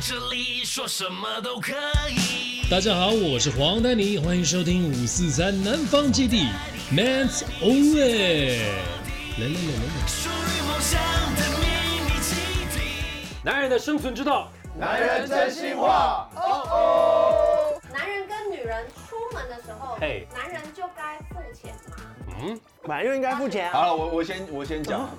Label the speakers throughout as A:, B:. A: 这里说什么都可以。
B: 大家好，我是黄丹妮，欢迎收听五四三南方基地 Man's Only。来来来来
A: 属于梦想的秘密基地。
C: 男人的生存之道，
D: 男人真心话。
E: 男人跟女人出门的时候
C: 嘿，
E: 男人就该付钱吗？
F: 买就应该付钱啊。
D: 好了，我我先我先讲，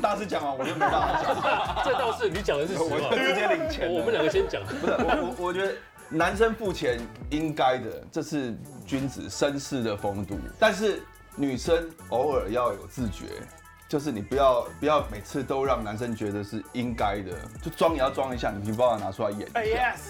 D: 大师讲完我就没办法讲，
C: 这倒是你讲的是实
D: 我
C: 话
D: 就。直接领钱了。
C: 我们两个先讲，
D: 不是我我我觉得。男生付钱应该的，这是君子绅士的风度。但是女生偶尔要有自觉，就是你不要不要每次都让男生觉得是应该的，就装也要装一下，你皮包要拿出来演。
F: 哎 yes，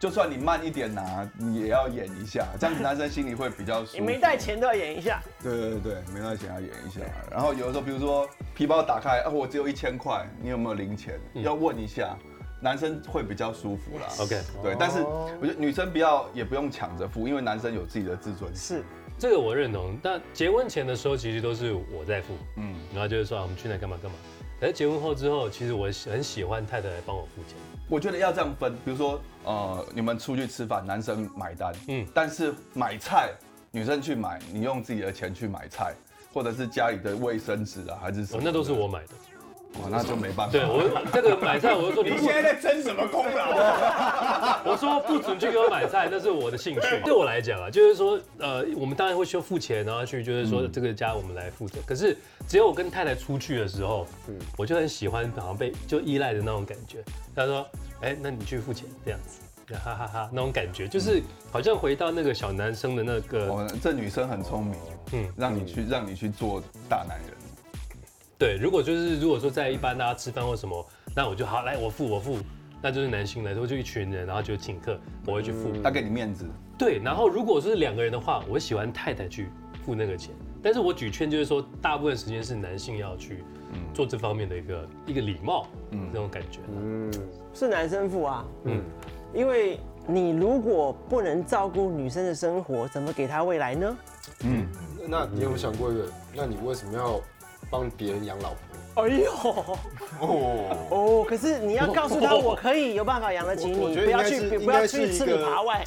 D: 就算你慢一点拿，你也要演一下，这样子男生心里会比较舒服。
F: 你没带钱都要演一下。
D: 对对对，没带钱要演一下。然后有的时候，比如说皮包打开，啊，我只有一千块，你有没有零钱？要问一下，男生会比较舒服啦。
C: 嗯 OK
D: 对，但是我觉得女生不要也不用抢着付，因为男生有自己的自尊心。
F: 是，
C: 这个我认同。但结婚前的时候，其实都是我在付，
D: 嗯，
C: 然后就是说啊，我们去那干嘛干嘛。可是结婚后之后，其实我很喜欢太太来帮我付钱。
D: 我觉得要这样分，比如说呃，你们出去吃饭，男生买单，
C: 嗯
D: 嗯，但是买菜女生去买，你用自己的钱去买菜，或者是家里的卫生纸啊，还是什
C: 哦
D: 么，的？
C: 那都是我买的。
D: 哇，那就没办法。
C: 对我这个买菜，我就说你不，
D: 在争什么功劳？啊
C: 我说不准去给我买菜，那是我的兴趣。对我来讲啊，就是说，呃，我们当然会需要付钱，然后去就是说这个家我们来负责。可是只有我跟太太出去的时候，我就很喜欢好像被就依赖的那种感觉。她说，哎，那你去付钱这样子。哈哈哈，那种感觉就是好像回到那个小男生的那个，
D: 哦，这女生很聪明，
C: 嗯
D: 嗯，让你去让你去做大男人。
G: 嗯
C: 对。如果就是如果说在一般大家吃饭或什么，那我就好来我付我付，那就是男性来说就一群人，然后就请客，我会去付。
D: 他给你面子，
C: 对，然后如果是两个人的话，我喜欢太太去付那个钱，但是我举劝就是说，大部分时间是男性要去做这方面的一个一个礼貌，嗯，那种感觉。
F: 是男生付啊。
C: 嗯
F: 嗯，因为你如果不能照顾女生的生活，怎么给她未来呢？
H: 那你有没有想过一个？那你为什么要帮别人养老婆？
F: 哎呦，
D: 哦，
F: 哦，可是你要告诉她，我可以有办法养得起
H: 我我
F: 你，
H: 觉得
F: 不要
H: 应该
F: 去
H: 是
F: 不要
H: 应
F: 去
H: 该是
F: 吃
H: 一
F: 里
H: 个
F: 扒外。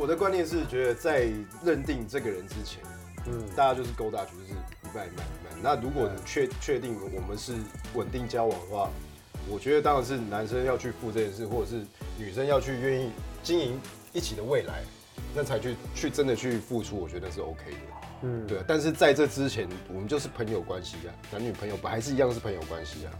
H: 我的观念是觉得在认定这个人之前，嗯，大家就是勾搭局，就是一半一半一半。那如果你确确定我们是稳定交往的话，我觉得当然是男生要去负这件事，或者是女生要去愿意经营一起的未来，那才去去真的去付出，我觉得是 OK 的。嗯，对啊。但是在这之前，我们就是朋友关系啊，男女朋友还是一样是朋友关系啊。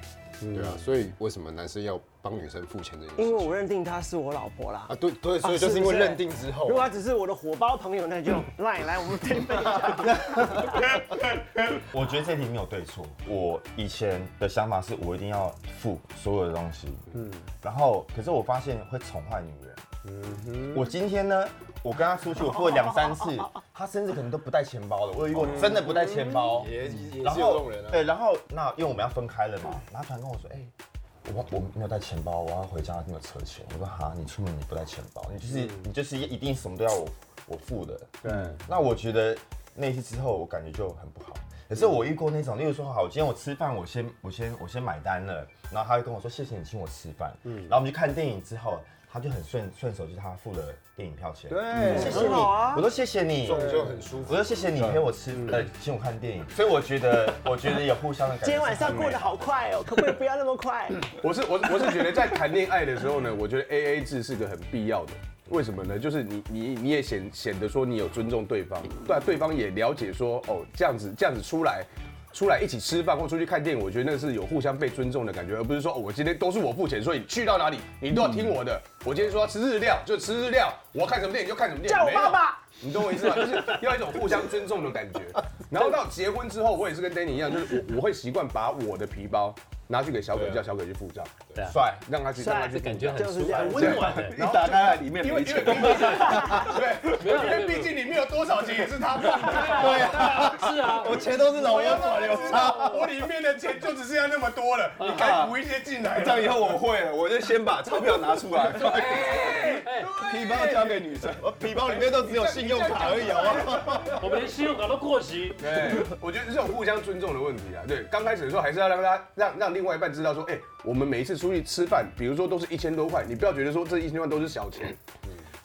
H: 对啊，所以为什么男生要帮女生付钱这件事情？
F: 因为我认定她是我老婆啦
H: 嗯啊，。对对，所以就是因为认定之后啊、
F: 如果她只是我的火包朋友，那就来来，我们对分一下。
I: 我觉得这题没有对错。我以前的想法是我一定要付所有的东西，嗯，然后可是我发现会宠坏女人。
H: 嗯
I: 我今天呢，我跟她出去，我付了两三次，她甚至可能都不带钱包了。我有遇过真的不带钱包，
H: 嗯也也
I: 然
H: 是有这种人啊。
I: 对，然后那因为我们要分开了嘛，然后突然跟我说，哎、我我没有带钱包，我要回家没有车钱。我说哈，你出门你不带钱包，你就是、
H: 嗯
I: 你就是一定什么都要我我付的。对，那我觉得那次之后我感觉就很不好。可是我遇过那种，例如说，好，今天我吃饭，我先我先我先买单了，然后他会跟我说谢谢你请我吃饭，嗯，然后我们去看电影之后，他就很顺顺手就他付了电影票钱，对，谢谢
F: 很
I: 你，
F: 好啊
I: 我说谢谢你，
H: 这种就很舒服
I: 我说谢谢
G: 嗯
I: 你陪我吃，呃，请我看电影，所以我觉得，我觉得有互相的感觉。
F: 今天晚上过得好，快哦，可不可以不要那么快？
G: 我是我是我是觉得在谈恋爱的时候呢，我觉得 A A 制是个很必要的。为什么呢？就是你你你也显显得说你有尊重对方，对、啊，对方也了解说哦这样子这样子出来。出来一起吃饭或出去看电影，我觉得那是有互相被尊重的感觉，而不是说、哦、我今天都是我付钱，所以去到哪里你都要听我的。我今天说要吃日料就吃日料，我要看什么电影就看什么电影。
F: 叫我
G: 没有
F: 爸爸。
G: 你懂我意思吗？就是要一种互相尊重的感觉。然后到结婚之后，我也是跟 Danny 一样，就是我我会习惯把我的皮包拿去给小鬼，叫小鬼去付账，
C: 对啊，
I: 帅，
G: 让他去
F: 帅
G: 让他
C: 这啊
G: 去
C: 感觉很
F: 就是
C: 舒服
F: 这样
C: 很温暖的。
D: 你打开来里面
G: 因
D: 没
G: 为因为
D: 钱
G: 毕，竟
C: 没有
G: 对，因为毕竟里面有多少钱也是他放的，对啊，
C: 是啊，
I: 我钱都是老
G: 我要让他知道啊我里面的钱就只剩下那么多了，你该补一些进来
D: 这样
G: 了。
D: 以后我会了，我就先把钞票拿出
G: 哎
D: 来， 皮包交给女生。
I: 我皮包里面都只有信用卡而已，好不好？
C: 我们连信用卡都过期。
G: 对，我觉得这种互相尊重的问题啊，对，刚开始的时候还是要让大家让让另外一半知道说，哎、我们每一次出去吃饭，比如说都是一千多块，你不要觉得说这一千万都是小钱。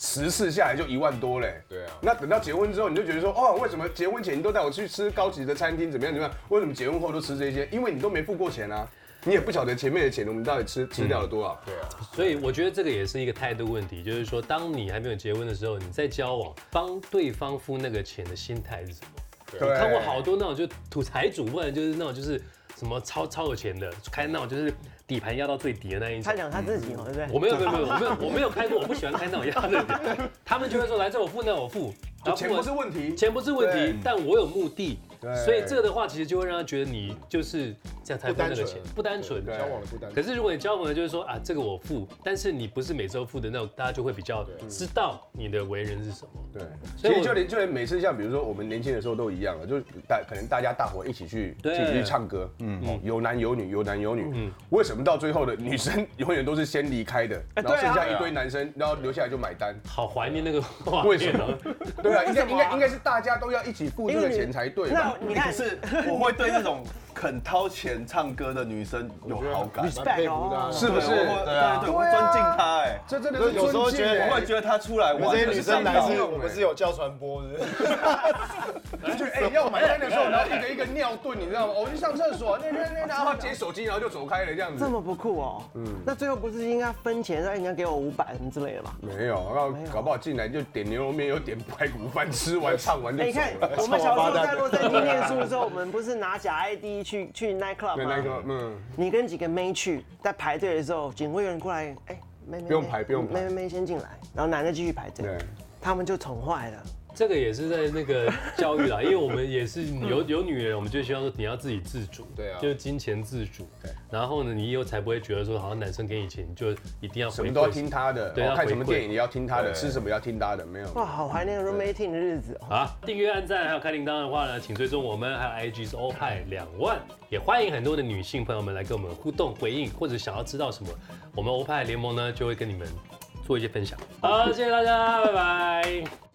G: 十次下来就一万多嘞，
H: 对啊
G: 那等到结婚之后，你就觉得说，哦，为什么结婚前你都带我去吃高级的餐厅，怎么样怎么样？为什么结婚后都吃这些？因为你都没付过钱啊，你也不晓得前面的钱我们到底吃吃掉了多少。对啊，
C: 所以我觉得这个也是一个态度问题，就是说，当你还没有结婚的时候，你在交往帮对方付那个钱的心态是什么？
G: 对
C: 看过好多那种就土财主，不然就是那种就是什么超超有钱的，开那种就是底盘压到最底的那一种
F: 他。讲他自己哦嘛，对不对？
C: 我没有没有没有，我没有我没有开过，我不喜欢开那种压的底。他们就会说来这我付那我付，然后
G: 钱
C: 付
G: 不
C: 完
G: 是问题，
C: 钱不是问题
G: 对，
C: 但我有目的，
G: 对
C: 所以这个的话其实就会让他觉得你就是这样才付那个钱，不单纯。
G: 对
H: 交往的不单
C: 可是如果你交往的就是说啊，这个我付，但是你不是每周付的那种，大家就会比较知道你的为人是什么。
G: 对，
C: 所
G: 其
C: 以
G: 实
C: 我
G: 就连就连每次像比如说我们年轻的时候都一样了，就是大可能大家大伙一起去
C: 对
G: 一起去唱歌，嗯，哦有男有女，有男有女，
C: 嗯
G: 嗯，为什么到最后的女生永远都是先离开的，然后
F: 对啊
G: 剩下一堆男生，然后留下来就买单？
C: 好怀念那个画
G: 啊为
C: 面
G: 什
C: 哦
G: 么？ 对啊，应该
F: 为什
G: 应
F: 么啊
G: 该应该是大家都要一起付这个钱才对吧
F: 那？你看
D: 是我会对那种肯掏钱唱歌的女生有好感，
H: 蛮佩
F: 哦
H: 服的啊、
G: 是不是？
D: 对对对，我会尊敬她哎，
G: 这真的
H: 就是是有时候
G: 尊敬
H: 觉得
G: 欸
D: 我会觉得她出来
H: 我们
D: 玩，
H: 这些女生来，
D: 就是是
H: 我们是有教传播的，
G: 就是哎、要买单的时候，然后一个一个尿遁，你知道吗？我去上厕所，那那那，然后接手机，然后就走开了这样子
F: 这。么不酷哦。
G: 嗯
F: 那最后不是应该分钱，让人家给我五百什么之类的吗？
G: 没有，然后搞不好进来就点牛肉面，又点排骨饭，吃完唱完就
F: 哎你
G: 走
F: 看，
G: 了。
F: 我们小时候在洛杉矶念书的时候，我们不是拿假 ID 去去 night club
G: 对，那
F: 吗？
G: 个嗯，
F: 你跟几个妹去，在排队的时候，警卫员过来，哎，妹妹
G: 不用排不用排
F: 妹妹妹先进来，然后男的继续排队
G: 对，
F: 他们就宠坏了。
C: 这个也是在那个教育啦，因为我们也是 有有女人，我们就希望说你要自己自主，
H: 对啊
C: 就是金钱自主，对。然后呢，你以后才不会觉得说好像男生给你钱你就一定要
G: 什
C: 回
G: 么
C: 馈
G: 都要听他的，
C: 对要
G: 哦看什么
C: 回馈
G: 电影也要听他的，吃什么要听他的，没有。
F: 哇，好怀念 roommating 的日子哦。
C: 啊！订阅、按赞还有开铃铛的话呢，请追踪我们，还有 IG 是欧派两万，也欢迎很多的女性朋友们来跟我们互动回应，或者想要知道什么，我们欧派联盟呢就会跟你们做一些分享。好，谢谢大家，拜拜。